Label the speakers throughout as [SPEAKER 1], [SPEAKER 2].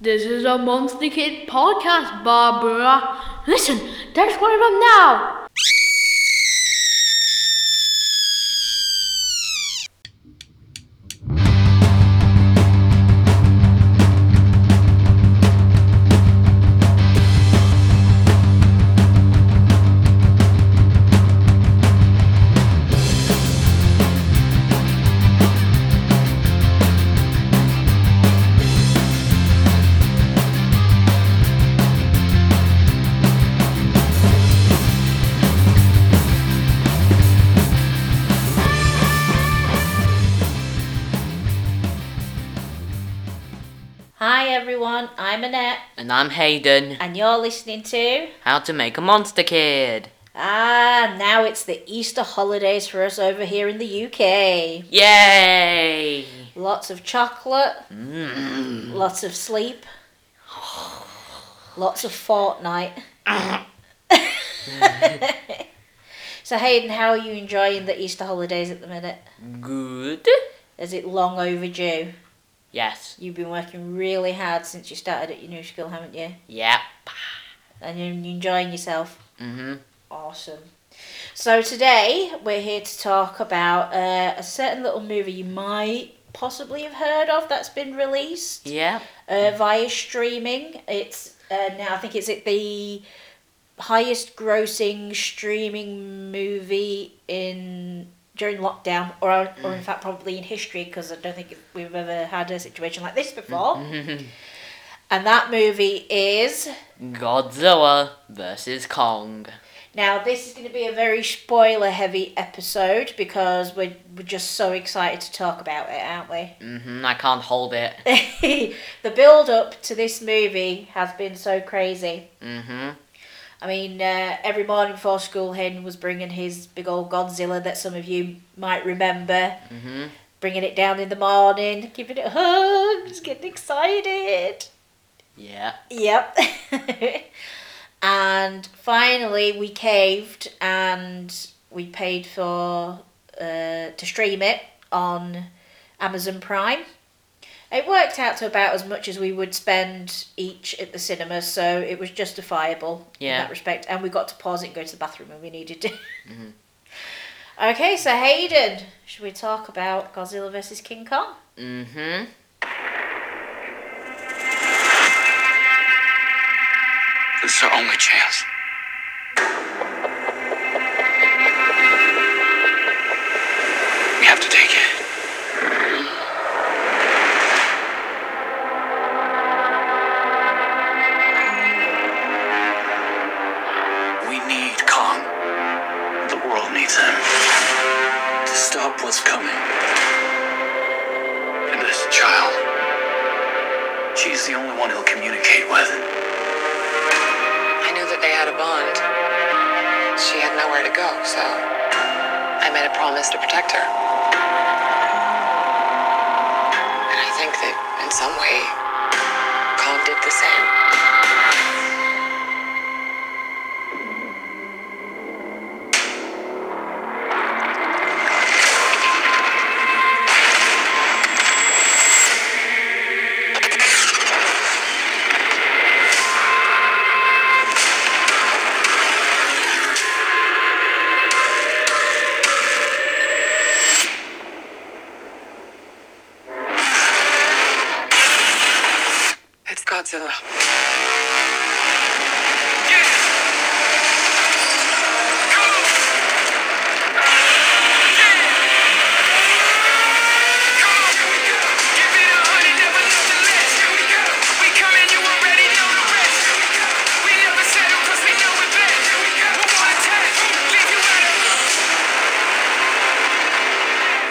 [SPEAKER 1] This is a monthly kid podcast, Barbara. Listen, there's one of them now.
[SPEAKER 2] Hi everyone, I'm Annette,
[SPEAKER 3] And I'm Hayden.
[SPEAKER 2] and you're listening to.
[SPEAKER 3] How to make a monster kid.
[SPEAKER 2] Ah, now it's the Easter holidays for us over here in the UK.
[SPEAKER 3] Yay!
[SPEAKER 2] Lots of chocolate,
[SPEAKER 3] Mm.
[SPEAKER 2] lots of sleep, lots of Fortnite. so, Hayden, how are you enjoying the Easter holidays at the minute?
[SPEAKER 3] Good.
[SPEAKER 2] Is it long overdue?
[SPEAKER 3] Yes.
[SPEAKER 2] You've been working really hard since you started at your new school, haven't you?
[SPEAKER 3] Yep.
[SPEAKER 2] And you're enjoying yourself.
[SPEAKER 3] Mhm.
[SPEAKER 2] Awesome. So today we're here to talk about uh, a certain little movie you might possibly have heard of that's been released
[SPEAKER 3] Yep.
[SPEAKER 2] uh, via streaming. It's uh, now I think it's at the highest grossing streaming movie in during lockdown or or in fact probably in history because I don't think we've ever had a situation like this before.
[SPEAKER 3] Mm-hmm.
[SPEAKER 2] And that movie is
[SPEAKER 3] Godzilla versus Kong.
[SPEAKER 2] Now, this is going to be a very spoiler heavy episode because we're, we're just so excited to talk about it, aren't
[SPEAKER 3] Mhm. I can't hold it.
[SPEAKER 2] we? the build up to this movie has been so crazy.
[SPEAKER 3] Mhm.
[SPEAKER 2] I mean, uh, every morning before school, Hen was bringing his big old Godzilla that some of you might remember,
[SPEAKER 3] Mhm.
[SPEAKER 2] bringing it down in the morning, giving it hugs, getting excited.
[SPEAKER 3] Yeah.
[SPEAKER 2] Yep. and finally, we caved and we paid for uh, to stream it on Amazon Prime. It worked out to about as much as we would spend each at the cinema, so it was justifiable
[SPEAKER 3] Yeah.
[SPEAKER 2] in that respect. And we got to pause it and go to the bathroom when we needed to. Okay, so Hayden, should we talk about Godzilla versus King Kong?
[SPEAKER 3] Mhm.
[SPEAKER 4] It's our only chance. We have to take it. We need Kong. The world needs him to stop what's coming. And this child, she's the only one he'll communicate with.
[SPEAKER 5] I knew that they had a bond. She had nowhere to go, so I made a promise to protect her. And I think that in some way, Kong did the same. It's Godzilla.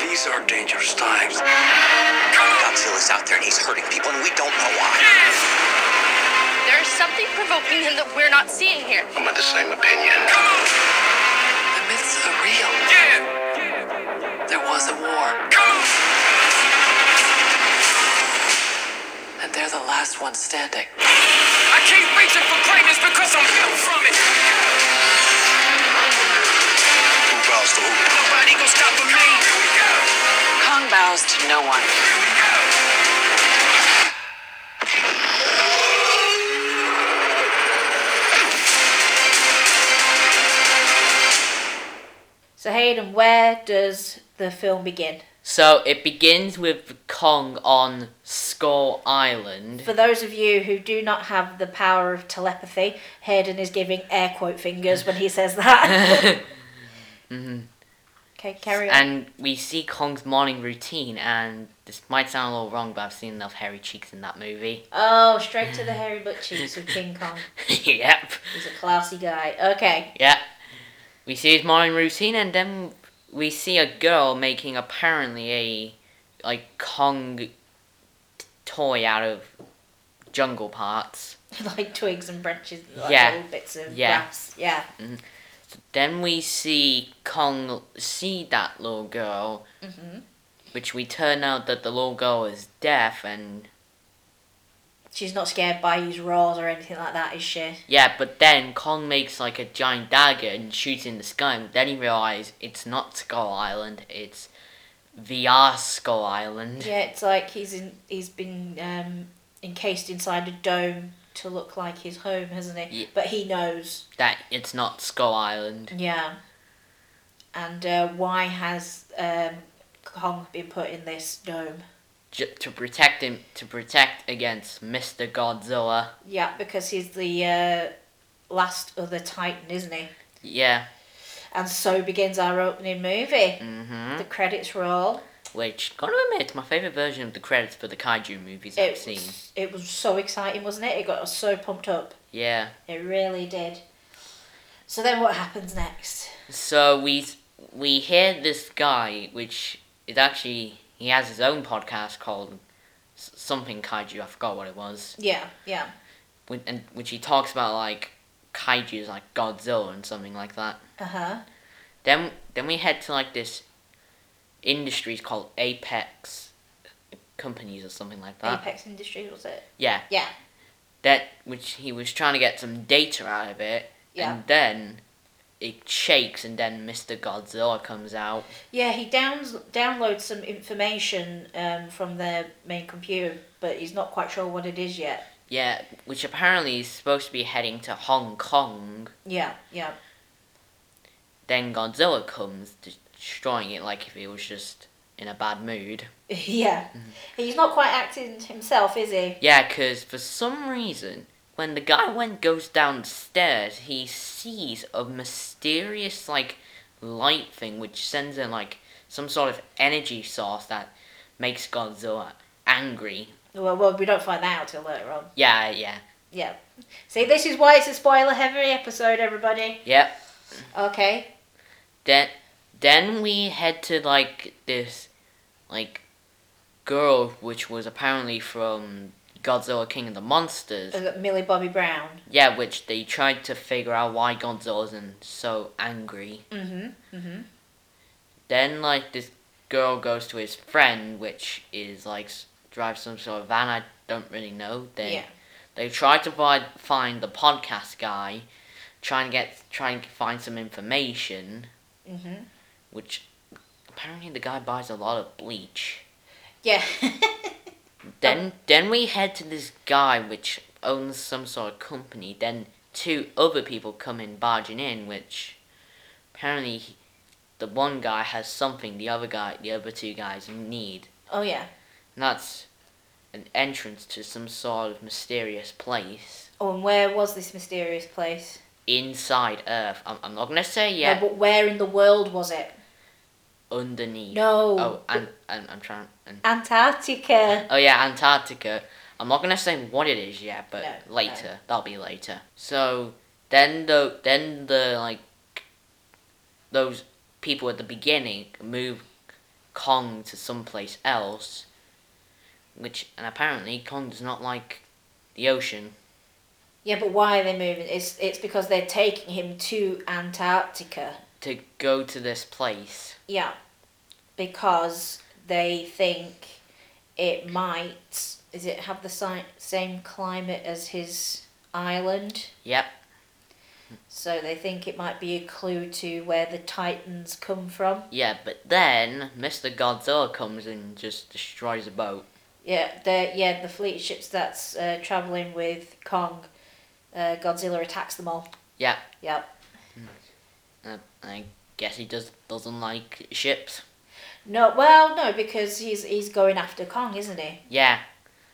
[SPEAKER 4] These are dangerous times.
[SPEAKER 6] Godzilla's out there and he's hurting people and we don't know why.
[SPEAKER 7] There is something provoking him that we're not seeing here.
[SPEAKER 4] I'm of the same opinion.
[SPEAKER 5] The myths are real. There was a war. And they're the last ones standing.
[SPEAKER 4] I keep reaching for greatness because I'm built from it. Who bows to who? Nobody gonna stop me. Here we go.
[SPEAKER 5] Kong bows to no one.
[SPEAKER 4] Here we go.
[SPEAKER 2] So Hayden, where does the film begin?
[SPEAKER 3] So it begins with Kong on Skull Island.
[SPEAKER 2] For those of you who do not have the power of telepathy, Hayden is giving air quote fingers when he says that.
[SPEAKER 3] hmm
[SPEAKER 2] okay, carry on.
[SPEAKER 3] And we see Kong's morning routine, and this might sound a little wrong, but I've seen enough hairy cheeks in that movie.
[SPEAKER 2] oh, straight to the hairy butt cheeks with King Kong.
[SPEAKER 3] yep,
[SPEAKER 2] He's a classy guy. Okay.
[SPEAKER 3] yeah. We see his morning routine, and then we see a girl making apparently a like Kong t- toy out of jungle parts.
[SPEAKER 2] like twigs and branches, like
[SPEAKER 3] Yeah.
[SPEAKER 2] little bits of
[SPEAKER 3] Yeah.
[SPEAKER 2] grass. Yeah.
[SPEAKER 3] Then we see Kong see that little girl,
[SPEAKER 2] hmm
[SPEAKER 3] which we turn out that the little girl is deaf, and
[SPEAKER 2] She's not scared by his roars or anything like that, is she?
[SPEAKER 3] Yeah, but then Kong makes like a giant dagger and shoots in the sky, but then he realizes it's not Skull Island, it's VR Skull Island.
[SPEAKER 2] Yeah, it's like he's in, he's been um, encased inside a dome to look like his home, hasn't he?
[SPEAKER 3] Ye-
[SPEAKER 2] But he knows.
[SPEAKER 3] That it's not Skull Island.
[SPEAKER 2] Yeah. And uh, why has um, Kong been put in this dome?
[SPEAKER 3] J- to protect him, to protect against Mr. Godzilla.
[SPEAKER 2] Yeah, because he's the uh, last other Titan, isn't he?
[SPEAKER 3] Yeah.
[SPEAKER 2] And so begins our opening movie.
[SPEAKER 3] Mm-hmm.
[SPEAKER 2] The credits roll.
[SPEAKER 3] Which, gotta admit, it's my favorite version of the credits for the kaiju movies I've
[SPEAKER 2] It
[SPEAKER 3] seen.
[SPEAKER 2] was, it was so exciting, wasn't it? It got us so pumped up.
[SPEAKER 3] Yeah.
[SPEAKER 2] It really did. So then what happens next?
[SPEAKER 3] So we we hear this guy, which is actually he has his own podcast called S- something kaiju. I forgot what it was.
[SPEAKER 2] Yeah, yeah.
[SPEAKER 3] When, and which he talks about like kaiju's like Godzilla and something like that.
[SPEAKER 2] Uh huh.
[SPEAKER 3] Then then we head to like this industries called Apex companies or something like that.
[SPEAKER 2] Apex Industries, was it?
[SPEAKER 3] Yeah.
[SPEAKER 2] Yeah.
[SPEAKER 3] That which he was trying to get some data out of it.
[SPEAKER 2] Yeah.
[SPEAKER 3] And then it shakes and then Mr. Godzilla comes out.
[SPEAKER 2] Yeah, he downs, downloads some information um, from their main computer, but he's not quite sure what it is yet.
[SPEAKER 3] Yeah, which apparently is supposed to be heading to Hong Kong.
[SPEAKER 2] Yeah, yeah.
[SPEAKER 3] Then Godzilla comes, destroying it like if he was just in a bad mood.
[SPEAKER 2] yeah.
[SPEAKER 3] Mm-hmm.
[SPEAKER 2] He's not quite acting himself, is he?
[SPEAKER 3] Yeah, 'cause for some reason, when the guy went goes downstairs, he sees a mysterious like light thing which sends in like some sort of energy source that makes Godzilla angry.
[SPEAKER 2] Well, well, we don't find that out till later on.
[SPEAKER 3] Yeah, yeah,
[SPEAKER 2] Yeah. See, this is why it's a spoiler heavy episode, everybody.
[SPEAKER 3] yep.
[SPEAKER 2] Okay.
[SPEAKER 3] Then, then we head to like this, like, girl which was apparently from Godzilla King of the Monsters.
[SPEAKER 2] Uh, Millie Bobby Brown.
[SPEAKER 3] Yeah, which they tried to figure out why Godzilla's and so angry.
[SPEAKER 2] Mm hmm. Mm hmm.
[SPEAKER 3] Then like this girl goes to his friend, which is like s- drives some sort of van. I don't really know. They
[SPEAKER 2] Yeah.
[SPEAKER 3] they try to find find the podcast guy, try and get try and find some information.
[SPEAKER 2] Mm hmm.
[SPEAKER 3] which apparently the guy buys a lot of bleach.
[SPEAKER 2] Yeah.
[SPEAKER 3] Then then we head to this guy which owns some sort of company. Then two other people come in barging in, which apparently he- the one guy has something the other guy the other two guys need.
[SPEAKER 2] oh yeah.
[SPEAKER 3] And that's an entrance to some sort of mysterious place
[SPEAKER 2] Oh, and where was this mysterious place?
[SPEAKER 3] inside Earth. I'm, I'm not gonna say
[SPEAKER 2] No,
[SPEAKER 3] yet.
[SPEAKER 2] but where in the world was it?
[SPEAKER 3] underneath.
[SPEAKER 2] No.
[SPEAKER 3] Oh, and, and I'm trying. And,
[SPEAKER 2] Antarctica.
[SPEAKER 3] Oh yeah, Antarctica. I'm not gonna say what it is yet, but
[SPEAKER 2] No, no.
[SPEAKER 3] later. That'll be later. So then the then the like those people at the beginning move Kong to someplace else, which and apparently Kong does not like the ocean.
[SPEAKER 2] Yeah, but why are they moving? It's it's because they're taking him to Antarctica.
[SPEAKER 3] To go to this place,
[SPEAKER 2] Yeah, because they think it might. Is it have the si- same climate as his island?
[SPEAKER 3] Yep.
[SPEAKER 2] So they think it might be a clue to where the Titans come from.
[SPEAKER 3] yeah, but then Mr. Godzilla comes and just destroys a boat.
[SPEAKER 2] Yeah, the yeah the fleet ships that's uh, traveling with Kong, uh, Godzilla attacks them all.
[SPEAKER 3] Yeah.
[SPEAKER 2] Yep.
[SPEAKER 3] And, like Guess he does doesn't like ships.
[SPEAKER 2] No, well, no, because he's he's going after Kong, isn't he?
[SPEAKER 3] Yeah,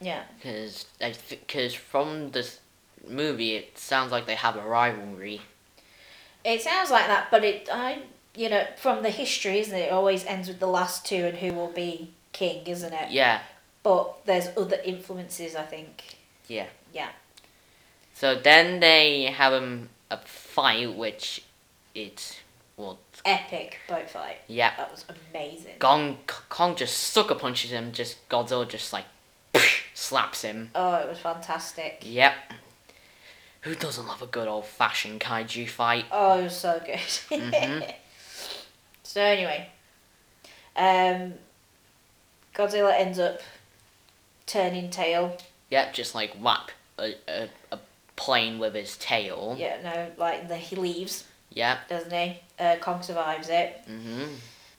[SPEAKER 2] Yeah.
[SPEAKER 3] because because from this movie, it sounds like they have a rivalry.
[SPEAKER 2] It sounds like that, but it I you know from the history, isn't it? It always ends with the last two and who will be king, isn't it?
[SPEAKER 3] Yeah,
[SPEAKER 2] But there's other influences, I think.
[SPEAKER 3] Yeah.
[SPEAKER 2] Yeah.
[SPEAKER 3] So then they have um, a fight, which it well,
[SPEAKER 2] Epic boat fight.
[SPEAKER 3] yeah.
[SPEAKER 2] That was amazing.
[SPEAKER 3] Gong Kong just sucker punches him. Just Godzilla just like slaps him.
[SPEAKER 2] Oh, it was fantastic.
[SPEAKER 3] Yep. Who doesn't love a good old fashioned kaiju fight?
[SPEAKER 2] Oh, it was so good.
[SPEAKER 3] Mhm.
[SPEAKER 2] So anyway, um, Godzilla ends up turning tail.
[SPEAKER 3] Yep, just like whap a, a, a plane with his tail.
[SPEAKER 2] Yeah, no, like and then he leaves,
[SPEAKER 3] Yep.
[SPEAKER 2] doesn't he? Uh, Kong survives it.
[SPEAKER 3] hmm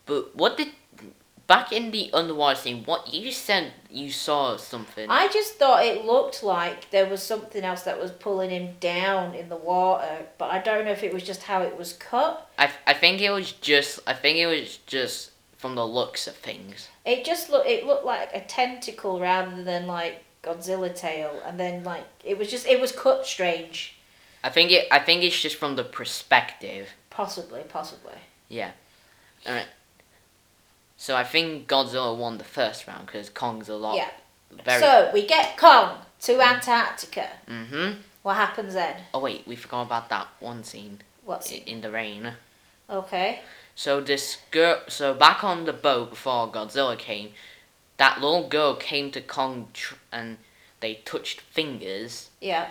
[SPEAKER 3] But what did back in the underwater scene? What you said you saw something.
[SPEAKER 2] I just thought it looked like there was something else that was pulling him down in the water, but I don't know if it was just how it was cut.
[SPEAKER 3] I, I think it was just I think it was just from the looks of things.
[SPEAKER 2] It just looked it looked like a tentacle rather than like Godzilla tail, and then like it was just it was cut strange,
[SPEAKER 3] I think it I think it's just from the perspective.
[SPEAKER 2] possibly, possibly.
[SPEAKER 3] So I think Godzilla won the first round because Kong's a lot.
[SPEAKER 2] Yeah.
[SPEAKER 3] Oh, Very.
[SPEAKER 2] So we get Kong to Antarctica.
[SPEAKER 3] mm-hmm.
[SPEAKER 2] What happens then?
[SPEAKER 3] Oh wait, we forgot about that one scene
[SPEAKER 2] What's
[SPEAKER 3] i- in the rain.
[SPEAKER 2] okay?
[SPEAKER 3] So this girl, so back on the boat before Godzilla came, that little girl came to Kong tr- and they touched fingers,
[SPEAKER 2] Yeah.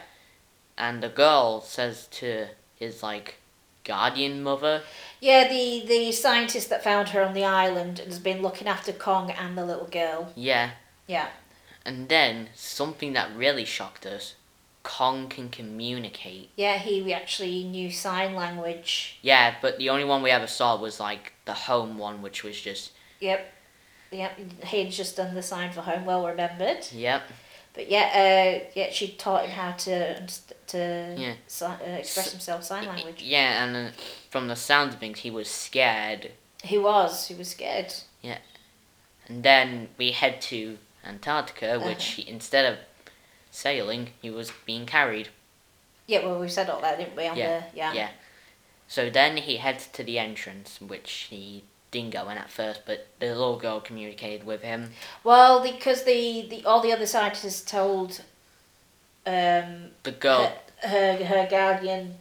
[SPEAKER 3] and the girl says to his like guardian mother,
[SPEAKER 2] Yeah, the, the scientist that found her on the island and has been looking after Kong and the little girl.
[SPEAKER 3] yeah,
[SPEAKER 2] Yeah.
[SPEAKER 3] And then something that really shocked us: Kong can communicate.
[SPEAKER 2] Yeah, he we actually knew sign language.
[SPEAKER 3] Yeah, but the only one we ever saw was like the home one, which was just
[SPEAKER 2] Yep. Yep. He'd just done the sign for home, well remembered.
[SPEAKER 3] yep.
[SPEAKER 2] But yeah, uh, yeah, she taught him how to underst- to
[SPEAKER 3] Yeah.
[SPEAKER 2] si- uh, express
[SPEAKER 3] S-
[SPEAKER 2] himself sign language.
[SPEAKER 3] Yeah, and uh, from the sound of things, he was scared.
[SPEAKER 2] He was. He was scared.
[SPEAKER 3] And then we head to Antarctica,
[SPEAKER 2] Uh-huh.
[SPEAKER 3] which he, instead of sailing, he was being carried.
[SPEAKER 2] Yeah. Well, we said all that, didn't we? On
[SPEAKER 3] Yeah,
[SPEAKER 2] The, yeah.
[SPEAKER 3] yeah. So then he heads to the entrance, which he didn't go in at first, but the little girl communicated with him.
[SPEAKER 2] Well, because the, the all the other scientists told um,
[SPEAKER 3] The girl
[SPEAKER 2] her her guardian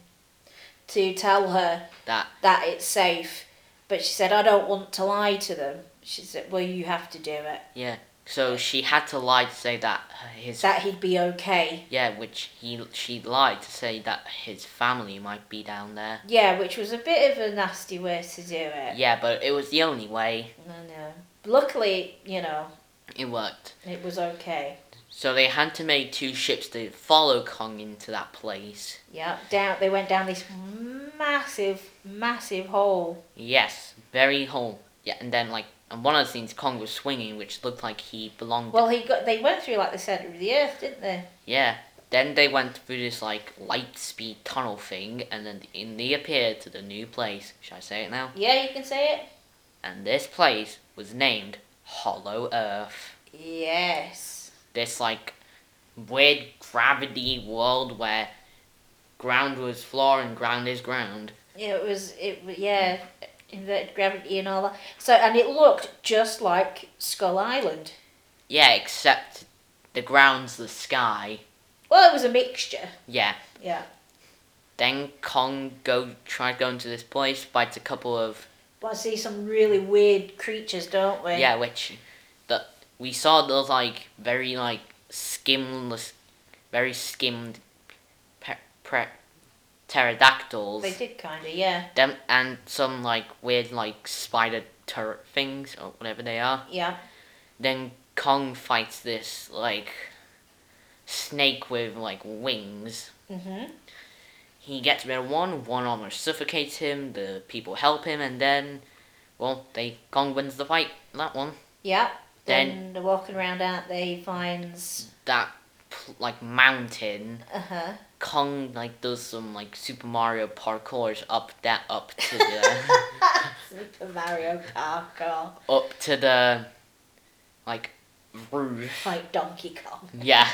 [SPEAKER 2] to tell her
[SPEAKER 3] that
[SPEAKER 2] that it's safe, but she said, "I don't want to lie to them." She said, "Well, you have to do it.
[SPEAKER 3] So she had to lie to say that his
[SPEAKER 2] That he'd be okay."
[SPEAKER 3] yeah, which he she lied to say that his family might be down there.
[SPEAKER 2] Yeah, which was a bit of a nasty way to do it.
[SPEAKER 3] Yeah, but it was the only way
[SPEAKER 2] I know. Luckily, you know,
[SPEAKER 3] it worked.
[SPEAKER 2] it was okay.
[SPEAKER 3] So they had to make two ships to follow Kong into that place.
[SPEAKER 2] Yeah, down they went down this massive, massive hole.
[SPEAKER 3] Yes, very whole. Yeah, and then like and one of the scenes Kong was swinging, which looked like he belonged.
[SPEAKER 2] Well, he got they went through like the center of the earth, didn't they?
[SPEAKER 3] yeah. Then they went through this like light speed tunnel thing, and then in they appeared to the new place. Should I say it now?
[SPEAKER 2] Yeah, you can say it.
[SPEAKER 3] And this place was named Hollow Earth.
[SPEAKER 2] Yes.
[SPEAKER 3] this like weird gravity world where ground was floor and ground is ground.
[SPEAKER 2] Yeah, It was it w- yeah, inverted gravity and all that. So and it looked just like Skull Island.
[SPEAKER 3] Yeah, except the ground's the sky.
[SPEAKER 2] Well, it was a mixture.
[SPEAKER 3] Yeah.
[SPEAKER 2] Yeah.
[SPEAKER 3] Then Kong go tried going to this place, fights a couple of
[SPEAKER 2] But I see some really weird creatures, don't we?
[SPEAKER 3] yeah, which the we saw those like very like skimless, very skimmed pe- pre- pterodactyls.
[SPEAKER 2] They did kind of, yeah.
[SPEAKER 3] Them and some like weird like spider turret things or whatever they are.
[SPEAKER 2] Yeah.
[SPEAKER 3] then Kong fights this like snake with like wings.
[SPEAKER 2] Mhm.
[SPEAKER 3] He gets rid of one, one almost suffocates him, the people help him and then well, they Kong wins the fight, that one.
[SPEAKER 2] Yeah. Then,
[SPEAKER 3] Then-
[SPEAKER 2] they're walking around out there, he finds
[SPEAKER 3] That pl- like mountain.
[SPEAKER 2] Uh huh.
[SPEAKER 3] Kong like does some like Super Mario parkours up that up to the
[SPEAKER 2] Super Mario Parkour.
[SPEAKER 3] up to the like roof.
[SPEAKER 2] Like Donkey Kong.
[SPEAKER 3] Yeah,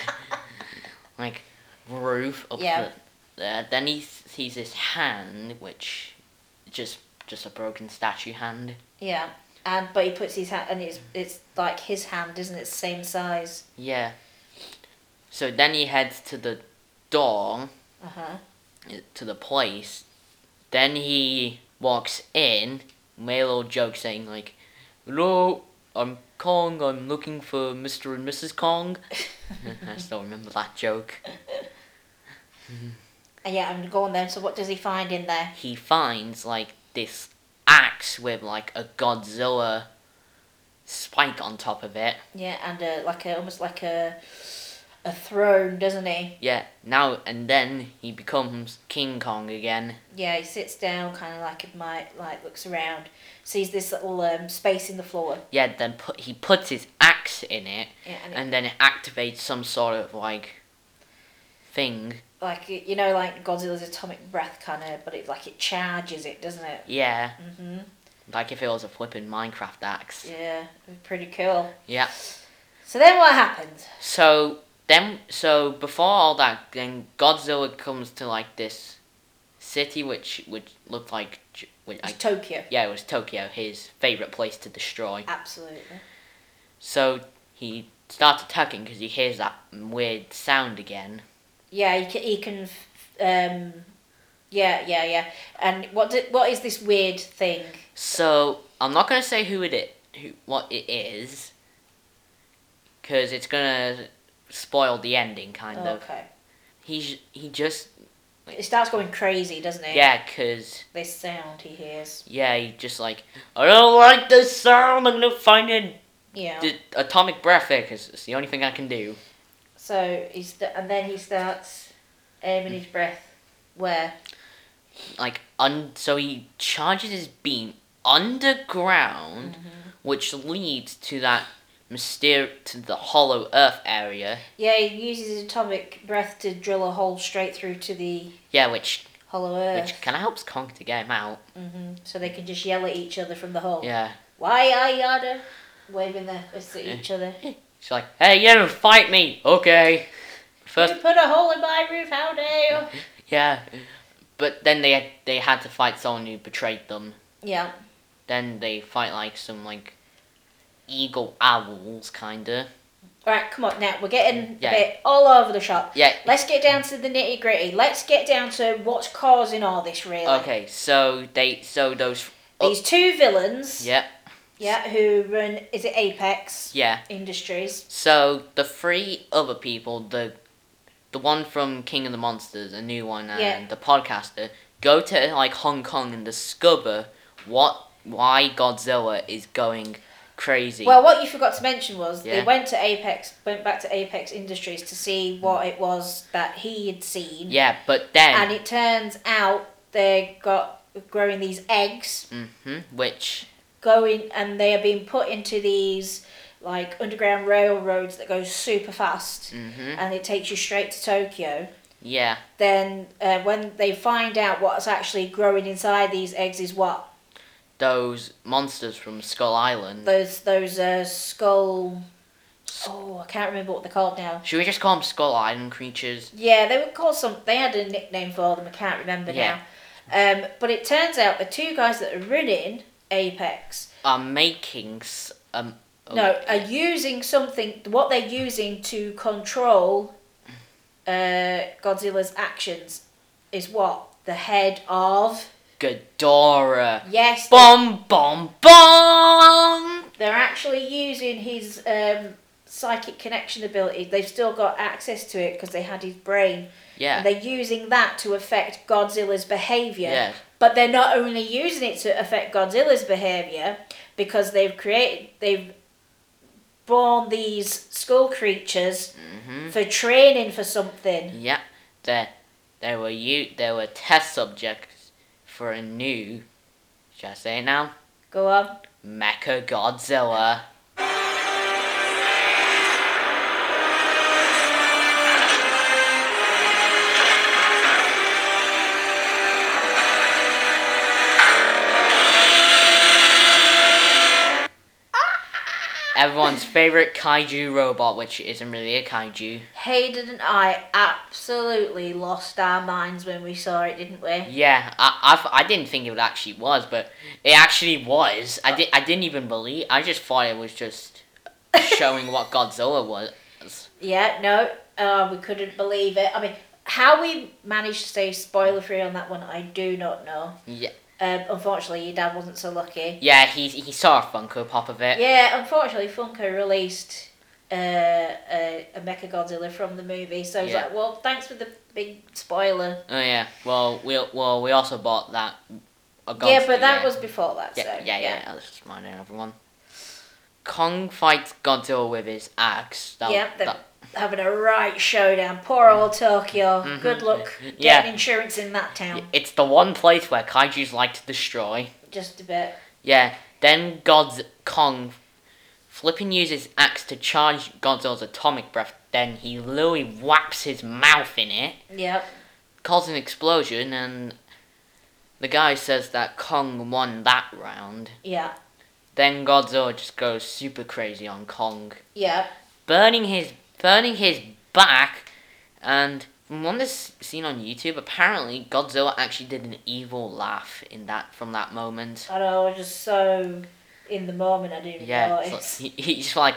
[SPEAKER 3] like roof up
[SPEAKER 2] Yeah.
[SPEAKER 3] the, there. Then he sees this hand, which just just a broken statue hand.
[SPEAKER 2] Yeah. And but he puts his hand and it's it's like his hand, isn't it? Same size.
[SPEAKER 3] Yeah. So then he heads to the door.
[SPEAKER 2] Uh huh.
[SPEAKER 3] to the place. Then he walks in, made a little joke saying like, "Hello, I'm Kong. I'm looking for Mr. and Mrs. Kong." I still remember that joke.
[SPEAKER 2] And yeah, I'm going then. So what does he find in there?
[SPEAKER 3] He finds like this axe with like a Godzilla spike on top of it.
[SPEAKER 2] Yeah, and a, like a almost like a a throne, doesn't he?
[SPEAKER 3] Yeah. Now and then he becomes King Kong again.
[SPEAKER 2] Yeah, he sits down, kind of like admi- like looks around, sees this little um, space in the floor.
[SPEAKER 3] Yeah. Then put he puts his axe in it,
[SPEAKER 2] Yeah, and, it,
[SPEAKER 3] and then it activates some sort of like thing.
[SPEAKER 2] like you know, like Godzilla's atomic breath, kind of, but it like it charges it, doesn't it?
[SPEAKER 3] Yeah,
[SPEAKER 2] hmm
[SPEAKER 3] like if it was a flipping Minecraft axe. Yeah.
[SPEAKER 2] Yeah, pretty cool. So then what happens?
[SPEAKER 3] So then, so before all that, then Godzilla comes to like this city, which would look like, J- which
[SPEAKER 2] It's
[SPEAKER 3] I,
[SPEAKER 2] Tokyo.
[SPEAKER 3] yeah, it was Tokyo, his favorite place to destroy.
[SPEAKER 2] Absolutely.
[SPEAKER 3] So he starts attacking because he hears that weird sound again.
[SPEAKER 2] Yeah, he can. He can um, yeah, yeah, yeah. And what do, what is this weird thing?
[SPEAKER 3] So I'm not gonna say who it is, who what it is, because it's gonna spoil the ending, kind of.
[SPEAKER 2] okay.
[SPEAKER 3] He's he just
[SPEAKER 2] It starts going crazy, doesn't it?
[SPEAKER 3] yeah, cause.
[SPEAKER 2] This sound he hears.
[SPEAKER 3] Yeah, he just like, I don't like this sound, I'm gonna find an
[SPEAKER 2] Yeah.
[SPEAKER 3] d- atomic breath there, 'cause it's the only thing I can do.
[SPEAKER 2] So he's st- and then he starts aiming his breath where
[SPEAKER 3] Like, un- so he charges his beam underground,
[SPEAKER 2] Mm-hmm.
[SPEAKER 3] which leads to that myster- to the hollow earth area.
[SPEAKER 2] yeah he uses his atomic breath to drill a hole straight through to the
[SPEAKER 3] Yeah, which
[SPEAKER 2] hollow earth.
[SPEAKER 3] which kind of helps Kong to get him out.
[SPEAKER 2] hmm So they can just yell at each other from the hole.
[SPEAKER 3] Yeah.
[SPEAKER 2] Why are yada waving their fists at each other?
[SPEAKER 3] She's like, hey, you don't fight me! Okay.
[SPEAKER 2] You
[SPEAKER 3] First, Mm-hmm.
[SPEAKER 2] put a hole in my roof, how dare you?
[SPEAKER 3] yeah. But then they, they had to fight someone who betrayed them.
[SPEAKER 2] Yeah.
[SPEAKER 3] Then they fight like some like eagle owls kinda.
[SPEAKER 2] Right, come on now. We're getting
[SPEAKER 3] Yeah.
[SPEAKER 2] a bit all over the shop.
[SPEAKER 3] Yeah.
[SPEAKER 2] Let's get down to the nitty gritty. Let's get down to what's causing all this, really.
[SPEAKER 3] Okay, so they so those
[SPEAKER 2] These two villains.
[SPEAKER 3] yeah
[SPEAKER 2] Yeah. Who run? Is it Apex
[SPEAKER 3] yeah.
[SPEAKER 2] Industries?
[SPEAKER 3] So the three other people, the the one from King of the Monsters, a new one, and
[SPEAKER 2] Yeah.
[SPEAKER 3] the podcaster go to like Hong Kong and discover what why Godzilla is going crazy.
[SPEAKER 2] Well, what you forgot to mention was they
[SPEAKER 3] Yeah. Mm.
[SPEAKER 2] went to Apex, went back to Apex Industries to see what it was that he had seen,
[SPEAKER 3] yeah, but then
[SPEAKER 2] and it turns out they got growing these eggs
[SPEAKER 3] hmm which
[SPEAKER 2] going, and they are being put into these like underground railroads that go super fast.
[SPEAKER 3] hmm
[SPEAKER 2] and it takes you straight to Tokyo.
[SPEAKER 3] yeah
[SPEAKER 2] Then, uh, when they find out what's actually growing inside these eggs is what
[SPEAKER 3] those monsters from Skull Island.
[SPEAKER 2] those those uh, skull. Oh, I can't remember what they're called now.
[SPEAKER 3] Should we just call them Skull Island creatures?
[SPEAKER 2] Yeah, they were called some. They had a nickname for them. I can't remember now.
[SPEAKER 3] Yeah.
[SPEAKER 2] Um, but it turns out the two guys that are running Apex
[SPEAKER 3] Are making s- um. oh,
[SPEAKER 2] no are using something. What they're using to control uh, Godzilla's actions is what the head of
[SPEAKER 3] Ghidorah.
[SPEAKER 2] yes. they-
[SPEAKER 3] Bomb, bomb, bomb.
[SPEAKER 2] They're actually using his um, psychic connection ability. They've still got access to it because they had his brain.
[SPEAKER 3] Yeah.
[SPEAKER 2] And they're using that to affect Godzilla's behavior.
[SPEAKER 3] Yeah.
[SPEAKER 2] But they're not only using it to affect Godzilla's behavior because they've created, they've born these skull creatures
[SPEAKER 3] Mhm.
[SPEAKER 2] for training for something.
[SPEAKER 3] Yeah. There, there were you. There were test subjects for a new. Shall I say it now?
[SPEAKER 2] Go on.
[SPEAKER 3] Mecha Godzilla. everyone's favorite kaiju robot, which isn't really a kaiju.
[SPEAKER 2] Hayden and I absolutely lost our minds when we saw it, didn't we?
[SPEAKER 3] Yeah, I, I, I didn't think it actually was, but it actually was. I, di- I didn't even believe. I just thought it was just showing what Godzilla was.
[SPEAKER 2] Yeah, no, uh, we couldn't believe it. I mean, how we managed to stay spoiler free on that one, I do not know.
[SPEAKER 3] Yeah,
[SPEAKER 2] Um, unfortunately, your dad wasn't so lucky.
[SPEAKER 3] yeah. He he saw a Funko Pop of it.
[SPEAKER 2] Yeah, unfortunately, Funko released uh, a, a Mechagodzilla from the movie, so it's
[SPEAKER 3] Yeah.
[SPEAKER 2] like, well, thanks for the big spoiler.
[SPEAKER 3] Oh yeah. Well, we well we also bought that. A
[SPEAKER 2] yeah,
[SPEAKER 3] Godzilla-
[SPEAKER 2] but that was before that,
[SPEAKER 3] Yeah,
[SPEAKER 2] so
[SPEAKER 3] yeah, yeah. yeah. That's reminding everyone. Kong fights Godzilla with his axe. That,
[SPEAKER 2] Yeah, the-
[SPEAKER 3] that-
[SPEAKER 2] Having a right showdown. Poor old Tokyo.
[SPEAKER 3] Mhm.
[SPEAKER 2] Good luck getting
[SPEAKER 3] Mm-hmm. Yeah.
[SPEAKER 2] insurance in that town.
[SPEAKER 3] it's the one place where kaiju's like to destroy.
[SPEAKER 2] Just a bit.
[SPEAKER 3] Yeah, then God's Kong flipping uses axe to charge Godzilla's atomic breath, then he literally whaps his mouth in it,
[SPEAKER 2] Yep.
[SPEAKER 3] causing an explosion, and the guy says that Kong won that round.
[SPEAKER 2] Yeah.
[SPEAKER 3] Then Godzilla just goes super crazy on Kong,
[SPEAKER 2] Yep.
[SPEAKER 3] burning his burning his back, and from one that's seen on YouTube, apparently Godzilla actually did an evil laugh in that from that moment.
[SPEAKER 2] I know, I was just so in the moment I didn't
[SPEAKER 3] Yeah, it's like,
[SPEAKER 2] realise.
[SPEAKER 3] he, he's just like.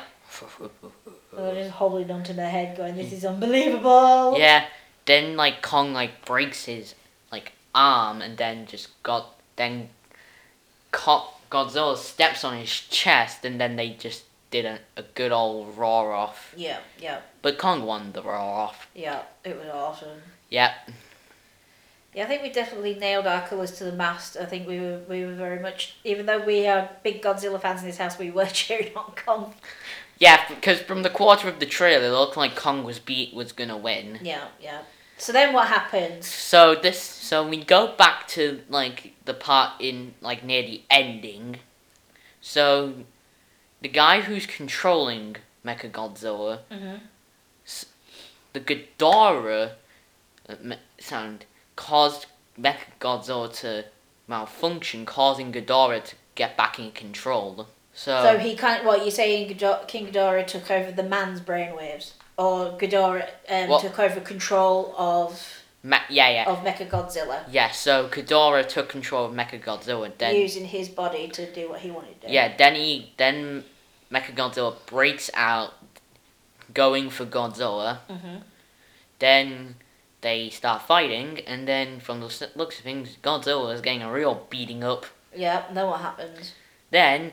[SPEAKER 2] I was just holding onto my head going, This is unbelievable.
[SPEAKER 3] Mm. Yeah. Then like Kong like breaks his like arm and then just got then Co- Godzilla steps on his chest and then they just did a, a good old roar off.
[SPEAKER 2] Yeah, yeah,
[SPEAKER 3] But Kong won the roar off.
[SPEAKER 2] yeah. It was awesome.
[SPEAKER 3] Yep.
[SPEAKER 2] Yeah, I think we definitely nailed our colours to the mast. I think we were we were very much even though we are big Godzilla fans in this house, we were cheering on Kong.
[SPEAKER 3] Yeah, because from the quarter of the trailer, it looked like Kong was beat was gonna win.
[SPEAKER 2] Yeah, yeah. So then what happens?
[SPEAKER 3] So this, so we go back to like the part in like near the ending. So, the guy who's controlling Mechagodzilla,
[SPEAKER 2] Mhm.
[SPEAKER 3] s- the Ghidorah uh, me- sound caused Mechagodzilla to malfunction, causing Ghidorah to get back in control. So,
[SPEAKER 2] So he kind of what you're saying Gdo- King Ghidorah took over the man's brainwaves, or Ghidorah um,
[SPEAKER 3] Well-
[SPEAKER 2] took over control of
[SPEAKER 3] Ma- yeah, yeah,
[SPEAKER 2] of Mechagodzilla,
[SPEAKER 3] yeah. So Ghidorah took control of Mechagodzilla. Then
[SPEAKER 2] using his body to do what he wanted to do.
[SPEAKER 3] Yeah, then he then Mechagodzilla breaks out, going for Godzilla.
[SPEAKER 2] Mhm.
[SPEAKER 3] Then they start fighting, and then from the s- looks of things, Godzilla is getting a real beating up.
[SPEAKER 2] Yeah. Then what happens?
[SPEAKER 3] Then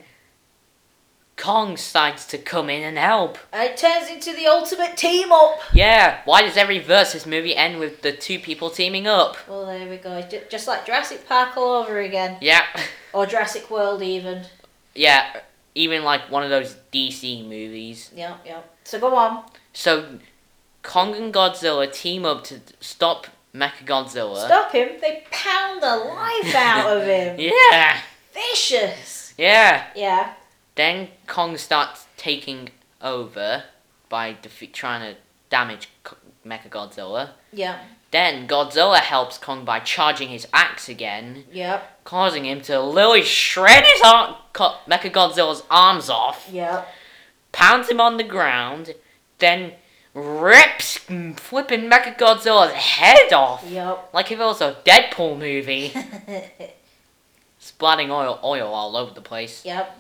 [SPEAKER 3] Kong decides to come in and help.
[SPEAKER 2] And Uh, it turns into the ultimate team up.
[SPEAKER 3] Yeah, why does every versus movie end with the two people teaming up?
[SPEAKER 2] Well, there we go. Ju- Just like Jurassic Park all over again,
[SPEAKER 3] Yeah,
[SPEAKER 2] or Jurassic World even.
[SPEAKER 3] yeah, even like one of those DC movies.
[SPEAKER 2] Yeah, yeah. So go on.
[SPEAKER 3] So, Kong and Godzilla team up to stop Mechagodzilla.
[SPEAKER 2] Stop him. They pound the life out of him.
[SPEAKER 3] Yeah,
[SPEAKER 2] Vicious.
[SPEAKER 3] yeah.
[SPEAKER 2] Yeah.
[SPEAKER 3] Then Kong starts taking over by defe- trying to damage K- Mechagodzilla.
[SPEAKER 2] Yeah.
[SPEAKER 3] Then Godzilla helps Kong by charging his axe again,
[SPEAKER 2] Yeah.
[SPEAKER 3] causing him to literally shred his arm, Co- Mechagodzilla's arms off,
[SPEAKER 2] Yeah.
[SPEAKER 3] pounds him on the ground, then rips flipping Mechagodzilla's head off.
[SPEAKER 2] Yep.
[SPEAKER 3] Like if it was a Deadpool movie, splatting oil oil all over the place.
[SPEAKER 2] yep.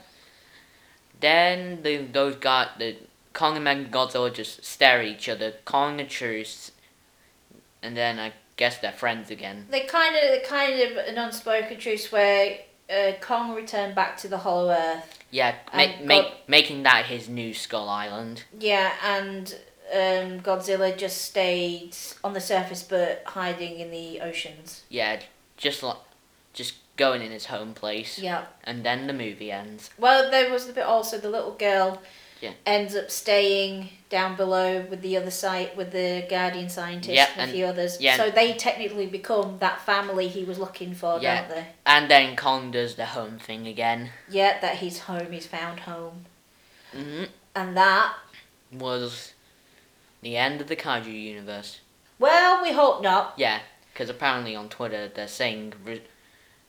[SPEAKER 3] Then the those got the Kong and Meg Godzilla just stare at each other. Kong intrudes, and then I guess they're friends again.
[SPEAKER 2] They kind of, they kind of an unspoken truce where uh, Kong returned back to the Hollow Earth.
[SPEAKER 3] Yeah, make,
[SPEAKER 2] And
[SPEAKER 3] make,
[SPEAKER 2] God-
[SPEAKER 3] making that his new Skull Island.
[SPEAKER 2] Yeah, and um, Godzilla just stayed on the surface but hiding in the oceans.
[SPEAKER 3] Yeah, just like just going in his home place,
[SPEAKER 2] Yeah.
[SPEAKER 3] and then the movie ends.
[SPEAKER 2] Well, there was the bit also the little girl
[SPEAKER 3] Yeah.
[SPEAKER 2] ends up staying down below with the other site with the guardian scientist
[SPEAKER 3] Yeah,
[SPEAKER 2] and
[SPEAKER 3] and-
[SPEAKER 2] a few others.
[SPEAKER 3] yeah.
[SPEAKER 2] So they technically become that family he was looking for,
[SPEAKER 3] Yeah.
[SPEAKER 2] don't they?
[SPEAKER 3] And then Kong does the home thing again.
[SPEAKER 2] Yeah, that he's home, he's found home.
[SPEAKER 3] hmm
[SPEAKER 2] And that
[SPEAKER 3] Was the end of the kaiju universe.
[SPEAKER 2] well, we hope not.
[SPEAKER 3] Yeah, because apparently on Twitter they're saying re-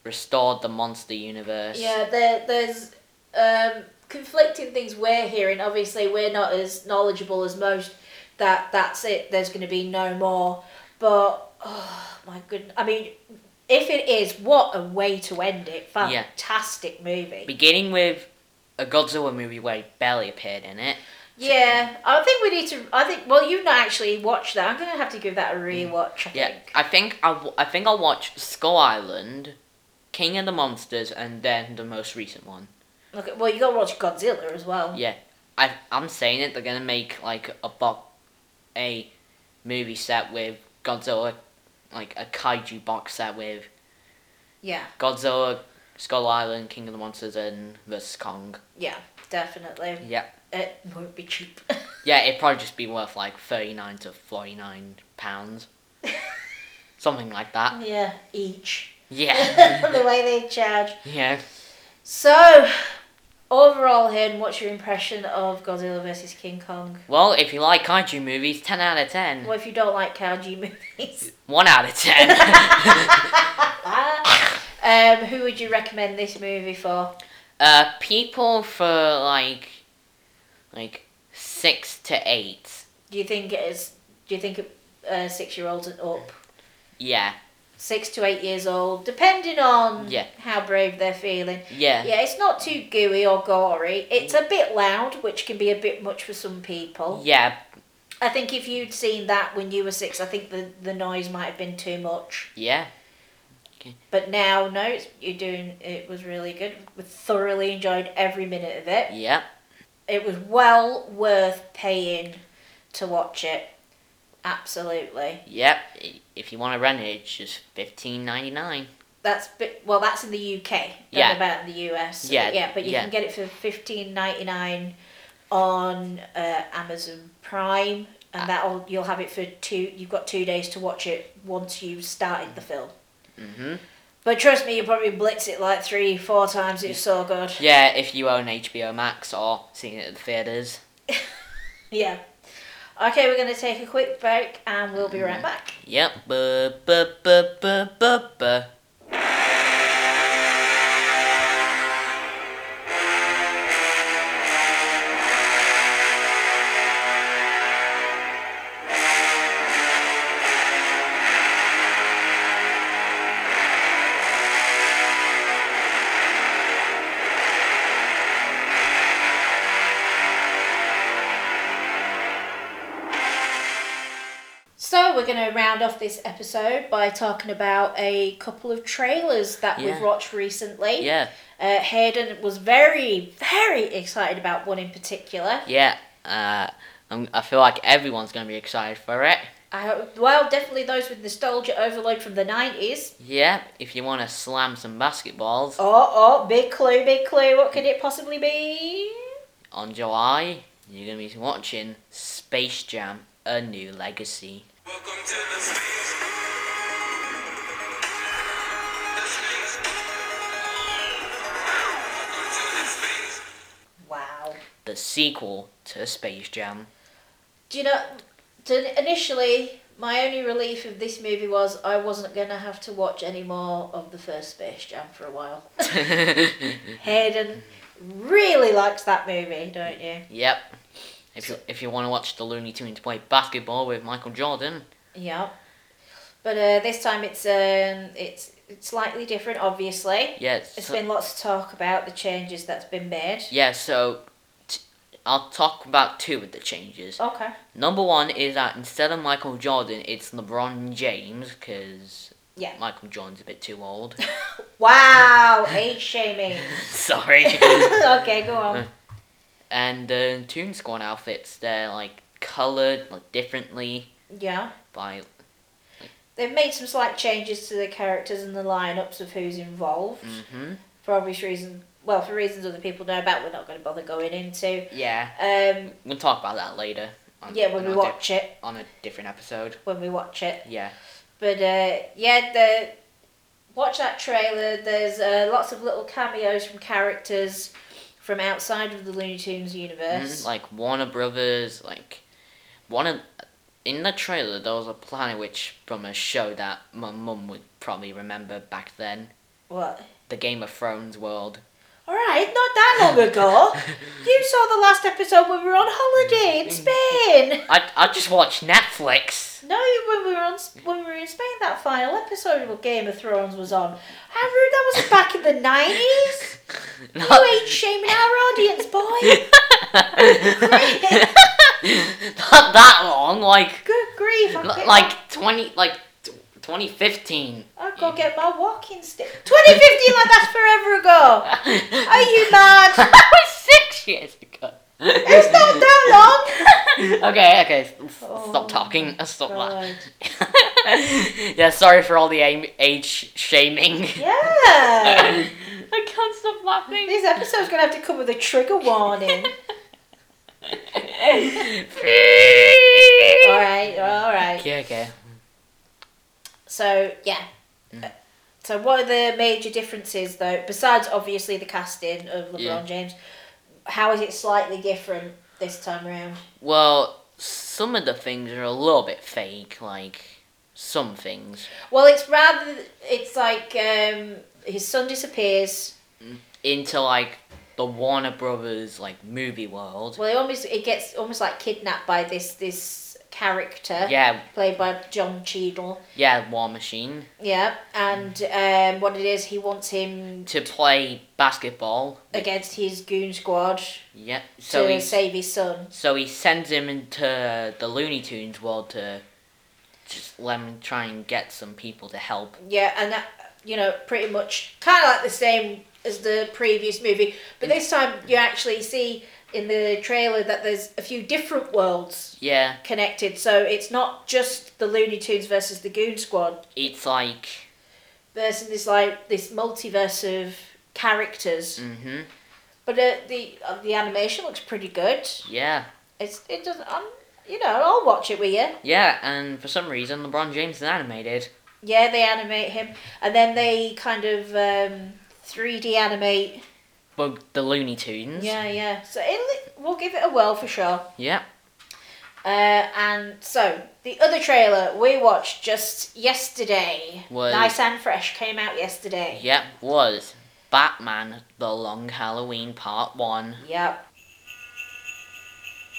[SPEAKER 3] restored the monster universe.
[SPEAKER 2] Yeah, there, there's um, conflicting things we're hearing. Obviously, we're not as knowledgeable as most. That that's it. There's going to be no more. But oh my goodness, I mean, if it is, what a way to end it!
[SPEAKER 3] Yeah.
[SPEAKER 2] Fantastic movie.
[SPEAKER 3] Beginning with a Godzilla movie where he barely appeared in it.
[SPEAKER 2] yeah, I think we need to. I think well, you've not actually watched that. I'm going to have to give that a rewatch. I
[SPEAKER 3] Mm. Yeah,
[SPEAKER 2] think.
[SPEAKER 3] I think I, w- I think I'll watch Skull Island, King of the Monsters, and then the most recent one.
[SPEAKER 2] Okay, well, you got to watch Godzilla as well.
[SPEAKER 3] Yeah, I I'm saying it. They're gonna make like a box, a movie set with Godzilla, like a kaiju box set with
[SPEAKER 2] Yeah.
[SPEAKER 3] Godzilla, Skull Island, King of the Monsters, and vs Kong.
[SPEAKER 2] Yeah. Definitely.
[SPEAKER 3] Yeah,
[SPEAKER 2] It won't be cheap.
[SPEAKER 3] yeah, it'd probably just be worth like thirty nine to forty nine pounds, something like that.
[SPEAKER 2] yeah. Each.
[SPEAKER 3] Yeah,
[SPEAKER 2] the way they charge.
[SPEAKER 3] yeah.
[SPEAKER 2] So, overall, Hayden, what's your impression of Godzilla vs. King Kong?
[SPEAKER 3] Well, if you like kaiju movies, ten out of ten.
[SPEAKER 2] Well, if you don't like kaiju movies,
[SPEAKER 3] One out of ten.
[SPEAKER 2] um, who would you recommend this movie for?
[SPEAKER 3] uh, people for like, like six to eight.
[SPEAKER 2] Do you think it is? Do you think uh, six-year-olds and up,
[SPEAKER 3] Yeah,
[SPEAKER 2] six to eight years old, depending on
[SPEAKER 3] Yeah.
[SPEAKER 2] how brave they're feeling?
[SPEAKER 3] yeah, yeah.
[SPEAKER 2] Yeah, it's not too gooey or gory. It's a bit loud, which can be a bit much for some people. I think if you'd seen that when you were six, I think the, the noise might have been too much.
[SPEAKER 3] yeah.
[SPEAKER 2] But now, no, it's, you're doing. It was really good. We thoroughly enjoyed every minute of it.
[SPEAKER 3] Yep.
[SPEAKER 2] It was well worth paying to watch it. Absolutely.
[SPEAKER 3] Yep. I- If you want to rent it, it's just fifteen ninety nine.
[SPEAKER 2] That's bit, well. That's in the UK. Don't
[SPEAKER 3] Yeah.
[SPEAKER 2] know about in the US.
[SPEAKER 3] Yeah,
[SPEAKER 2] Yeah, but you
[SPEAKER 3] yeah.
[SPEAKER 2] can get it for fifteen ninety nine on uh, Amazon Prime,
[SPEAKER 3] Ah.
[SPEAKER 2] and that'll you'll have it for two. You've got two days to watch it once you've started
[SPEAKER 3] Mm.
[SPEAKER 2] the film.
[SPEAKER 3] Mhm.
[SPEAKER 2] But trust me, you probably blitz it like three, four times. It's so good.
[SPEAKER 3] Yeah, if you own HBO Max or seen it at the theaters.
[SPEAKER 2] Yeah. Okay, we're going to take a quick break and we'll be right back.
[SPEAKER 3] Yep. Buh, buh, buh, buh, buh, buh.
[SPEAKER 2] So, we're going to round off this episode by talking about a couple of trailers that
[SPEAKER 3] Yeah.
[SPEAKER 2] we've watched recently.
[SPEAKER 3] Yeah.
[SPEAKER 2] Uh, Hayden was very, very excited about one in particular.
[SPEAKER 3] Yeah. Uh, I'm, I feel like everyone's gonna be excited for it.
[SPEAKER 2] I hope, well, definitely those with nostalgia overload from the 90s.
[SPEAKER 3] Yeah. If you want to slam some basketballs
[SPEAKER 2] Oh, oh, big clue, big clue. What could it possibly be?
[SPEAKER 3] on July, you're gonna be watching Space Jam: A New Legacy.
[SPEAKER 4] Welcome to the space. The space. Welcome to the space.
[SPEAKER 2] Wow.
[SPEAKER 3] The sequel to Space Jam.
[SPEAKER 2] Do you know? To initially, my only relief of this movie was I wasn't gonna have to watch any more of the first Space Jam for a while. Hayden really likes that movie, don't you?
[SPEAKER 3] Yep. If you if you want to watch the Looney Tunes play basketball with Michael Jordan,
[SPEAKER 2] Yeah. But uh, this time it's um it's it's slightly different, obviously.
[SPEAKER 3] yeah.
[SPEAKER 2] There's
[SPEAKER 3] So,
[SPEAKER 2] been lots of talk about the changes that's been made.
[SPEAKER 3] yeah. So t- I'll talk about two of the changes.
[SPEAKER 2] Okay.
[SPEAKER 3] Number one is that instead of Michael Jordan, it's LeBron James because
[SPEAKER 2] Yeah.
[SPEAKER 3] Michael Jordan's a bit too old.
[SPEAKER 2] Wow, age shaming.
[SPEAKER 3] Sorry.
[SPEAKER 2] okay, go on.
[SPEAKER 3] and the Toon Squad outfits, they're like colored like differently
[SPEAKER 2] Yeah.
[SPEAKER 3] by
[SPEAKER 2] They've made some slight changes to the characters and the lineups of who's involved.
[SPEAKER 3] hmm
[SPEAKER 2] for obvious reasons. Well, for reasons other people know about, we're not going to bother going into.
[SPEAKER 3] Yeah,
[SPEAKER 2] Um,
[SPEAKER 3] we'll talk about that later. On,
[SPEAKER 2] yeah, when
[SPEAKER 3] on
[SPEAKER 2] we
[SPEAKER 3] a
[SPEAKER 2] watch it,
[SPEAKER 3] di- on a different episode.
[SPEAKER 2] when we watch it.
[SPEAKER 3] Yeah,
[SPEAKER 2] But uh, yeah, the watch that trailer. There's uh, lots of little cameos from characters from outside of the Looney Tunes universe.
[SPEAKER 3] Mhm, like Warner Brothers, like one of in the trailer there was a Planet Witch from a show that my mum would probably remember back then,
[SPEAKER 2] what?
[SPEAKER 3] the Game of Thrones world.
[SPEAKER 2] All right, not that long ago. you saw the last episode when we were on holiday in Spain.
[SPEAKER 3] I, I just watch Netflix.
[SPEAKER 2] No, when we were on when we were in Spain, that final episode of Game of Thrones was on. How rude that was back in the nineties.
[SPEAKER 3] Not-
[SPEAKER 2] You ain't shaming our audience, boy.
[SPEAKER 3] Not that long, like
[SPEAKER 2] Good grief! I'm getting-
[SPEAKER 3] like twenty like twenty fifteen.
[SPEAKER 2] I've got to get my walking stick. 2015, like that's forever ago. Are you mad?
[SPEAKER 3] That was six years ago.
[SPEAKER 2] It's not that long.
[SPEAKER 3] okay, okay. s- s-
[SPEAKER 2] Oh
[SPEAKER 3] Stop talking. uh, Stop
[SPEAKER 2] God.
[SPEAKER 3] that. yeah, sorry for all the aim- age shaming.
[SPEAKER 2] Yeah.
[SPEAKER 3] I can't stop laughing.
[SPEAKER 2] This episode's gonna have to come with a trigger warning. all right, all right.
[SPEAKER 3] okay, okay.
[SPEAKER 2] So yeah.
[SPEAKER 3] Mm.
[SPEAKER 2] Uh, So what are the major differences though? Besides obviously the casting of LeBron
[SPEAKER 3] Yeah.
[SPEAKER 2] James, how is it slightly different this time around?
[SPEAKER 3] Well, some of the things are a little bit fake, like some things.
[SPEAKER 2] Well, it's rather it's like um, his son disappears.
[SPEAKER 3] Into like the Warner Brothers like movie world.
[SPEAKER 2] Well, he almost it gets almost like kidnapped by this this character
[SPEAKER 3] Yeah,
[SPEAKER 2] played by John Cheadle.
[SPEAKER 3] yeah, War Machine.
[SPEAKER 2] Yeah, and um, what it is, he wants him
[SPEAKER 3] To play basketball.
[SPEAKER 2] against his goon squad
[SPEAKER 3] Yeah. So
[SPEAKER 2] to
[SPEAKER 3] he's
[SPEAKER 2] save his son.
[SPEAKER 3] So he sends him into the Looney Tunes world to just let him try and get some people to help.
[SPEAKER 2] Yeah, and that you know pretty much kind of like the same as the previous movie, but this time you actually see in the trailer that there's a few different worlds
[SPEAKER 3] Yeah,
[SPEAKER 2] connected. So it's not just the Looney Tunes versus the Goon Squad
[SPEAKER 3] it's like,
[SPEAKER 2] versus this like this multiverse of characters.
[SPEAKER 3] hmm
[SPEAKER 2] But uh, the uh, the animation looks pretty good.
[SPEAKER 3] yeah,
[SPEAKER 2] It's it doesn't. I'm, you know, I'll watch it with you.
[SPEAKER 3] yeah. And for some reason, LeBron James is animated.
[SPEAKER 2] Yeah, they animate him, and then they kind of um, 3D animate.
[SPEAKER 3] But the Looney Tunes.
[SPEAKER 2] Yeah, yeah. So it, we'll give it a whirl for sure.
[SPEAKER 3] Yeah.
[SPEAKER 2] Uh, and so the other trailer we watched just yesterday,
[SPEAKER 3] Was-
[SPEAKER 2] nice and fresh, came out yesterday.
[SPEAKER 3] Yep. Was Batman: The Long Halloween Part One.
[SPEAKER 2] Yep.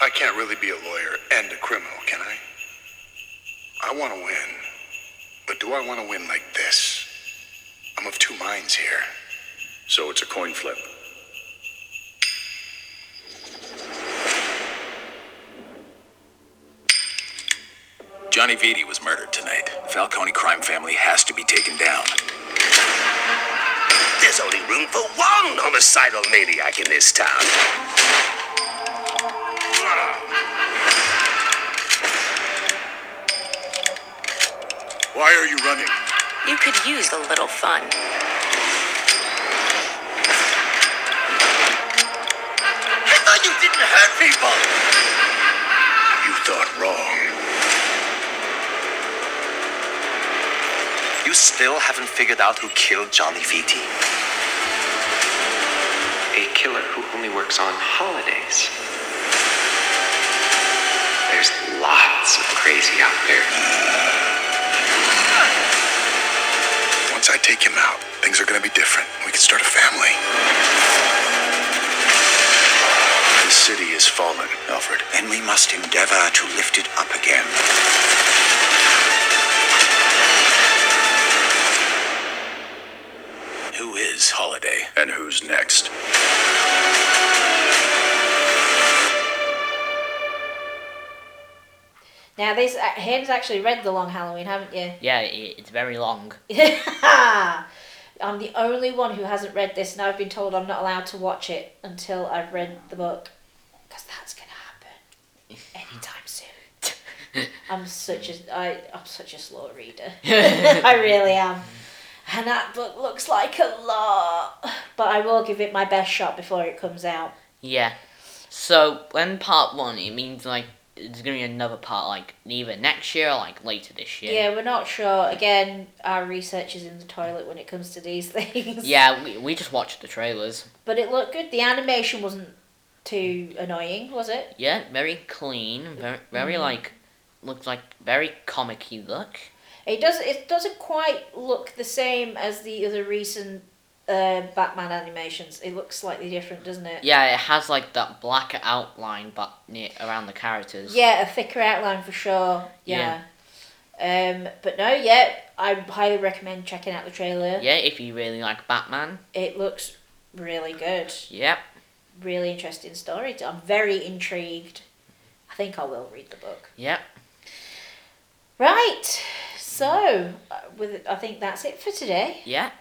[SPEAKER 8] I can't really be a lawyer and a criminal, can I? I want to win. But do I want to win like this? I'm of two minds here. So it's a coin flip.
[SPEAKER 6] Johnny Vitti was murdered tonight. Falcone crime family has to be taken down.
[SPEAKER 9] There's only room for one homicidal maniac in this town.
[SPEAKER 8] Why are you running?
[SPEAKER 7] You could use a little fun.
[SPEAKER 9] I thought you didn't hurt people.
[SPEAKER 8] You thought wrong.
[SPEAKER 9] You still haven't figured out who killed Johnny Vitti. A killer who only works on holidays. There's lots of crazy out there.
[SPEAKER 8] Once I take him out, things are going to be different. We can start a family. The city is fallen, Alfred.
[SPEAKER 6] Then we must endeavor to lift it up again.
[SPEAKER 8] Who is Holiday? And who's next?
[SPEAKER 2] Now this, uh, Hayden's actually read the Long Halloween, haven't you?
[SPEAKER 3] Yeah, it, it's very long.
[SPEAKER 2] I'm the only one who hasn't read this, and I've been told I'm not allowed to watch it until I've read the book. Because that's going to happen anytime soon. I'm such a, I, I'm such a slow reader. I really am. And that book looks like a lot. But I will give it my best shot before it comes out.
[SPEAKER 3] Yeah. So when Part One, it means like there's gonna be another part, like either next year or like later this year.
[SPEAKER 2] Yeah, we're not sure. Again, our research is in the toilet when it comes to these things.
[SPEAKER 3] Yeah, we, we just watched the trailers.
[SPEAKER 2] But it looked good. The animation wasn't too annoying, was it?
[SPEAKER 3] Yeah, very clean, very,
[SPEAKER 2] Mm-hmm.
[SPEAKER 3] very like, looks like very comic-y look.
[SPEAKER 2] It does. It doesn't quite look the same as the other recent uh, Batman animations. It looks slightly different, doesn't it?
[SPEAKER 3] Yeah, it has like that black outline but near around the characters.
[SPEAKER 2] Yeah, a thicker outline for sure. Yeah. Um, but no, yeah, I highly recommend checking out the trailer.
[SPEAKER 3] Yeah, if you really like Batman.
[SPEAKER 2] It looks really good.
[SPEAKER 3] Yep.
[SPEAKER 2] Really interesting story. I'm very intrigued. I think I will read the book.
[SPEAKER 3] Yep.
[SPEAKER 2] Right. So, uh, with I think that's it for today.
[SPEAKER 3] Yep.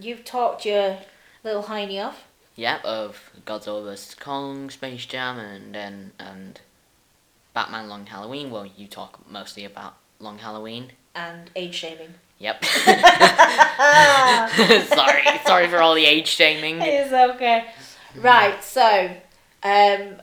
[SPEAKER 2] You've talked your little hiney off.
[SPEAKER 3] Yep. Of Godzilla vs Kong, Space Jam, and then and Batman Long Halloween. Well, you talk mostly about Long Halloween.
[SPEAKER 2] and age shaming.
[SPEAKER 3] Yep. sorry, sorry for all the age shaming.
[SPEAKER 2] It's okay. Right, so um,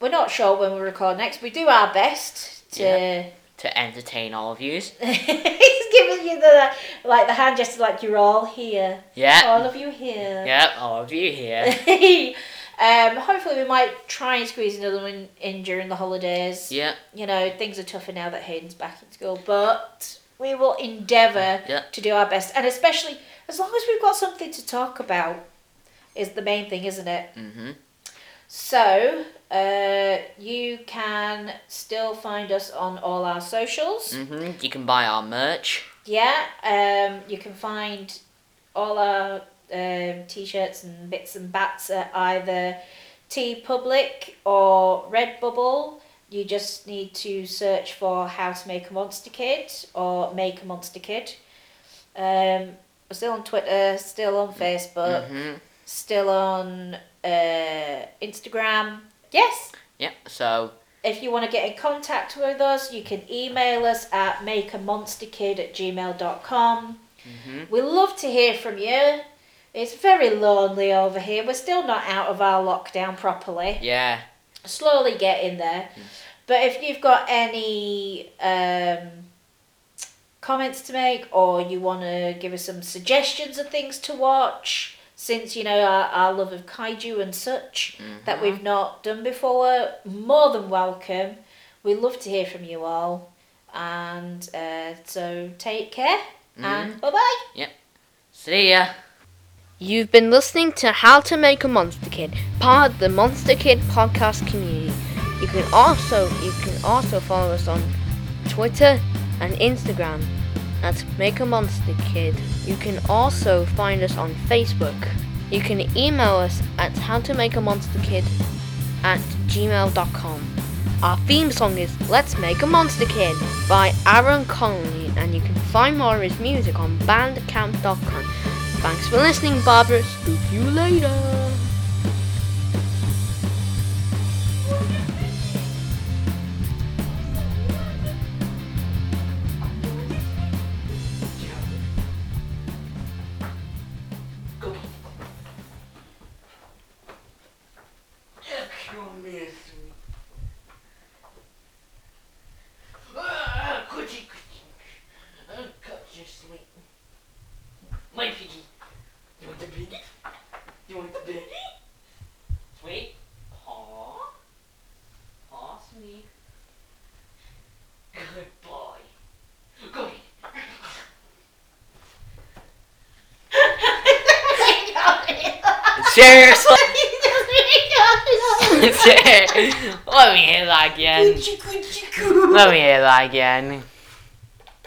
[SPEAKER 2] we're not sure when we'll record next. We do our best to.
[SPEAKER 3] To entertain all of yous.
[SPEAKER 2] He's giving you the like the hand gesture, like you're all here, all
[SPEAKER 3] Yeah.
[SPEAKER 2] of you here.
[SPEAKER 3] Yep. All of you here.
[SPEAKER 2] um, hopefully, we might try and squeeze another one in during the holidays.
[SPEAKER 3] Yep.
[SPEAKER 2] You know, things are tougher now that Hayden's back in school, but we will endeavour
[SPEAKER 3] Yeah.
[SPEAKER 2] to do our best, and especially as long as we've got something to talk about, is the main thing, isn't it?
[SPEAKER 3] Mhm.
[SPEAKER 2] So, uh, you can still find us on all our socials.
[SPEAKER 3] Mhm. You can buy our merch.
[SPEAKER 2] Yeah, um, you can find all our um, t shirts and bits and bats at either T Public or Redbubble. You just need to search for How to Make a Monster Kid or Make a Monster Kid. Um, we're still on Twitter, still on Facebook,
[SPEAKER 3] Mhm.
[SPEAKER 2] still on uh, Instagram. Yes,
[SPEAKER 3] Yep. So
[SPEAKER 2] if you want to get in contact with us, you can email us at makeamonsterkid at gmail.com. We love to hear from you. It's very lonely over here. We're still not out of our lockdown properly.
[SPEAKER 3] yeah.
[SPEAKER 2] Slowly getting there. But if you've got any um, comments to make or you want to give us some suggestions of things to watch, since you know our, our love of kaiju and such that we've not done before, more than welcome. We love to hear from you all. And uh, so take care and bye bye.
[SPEAKER 3] See ya.
[SPEAKER 1] You've been listening to How to Make a Monster Kid, part of the Monster Kid podcast community. You can also you can also follow us on Twitter and Instagram at Make a Monster Kid. You can also find us on Facebook. You can email us at How to Make a Monster Kid at gmail.com. Our theme song is Let's Make a Monster Kid by Aaron Connolly, and you can find more of his music on bandcamp.com. Thanks for listening, Barbara. Speak to you later.
[SPEAKER 3] Seriously. Let me hear that again. Let me hear that again.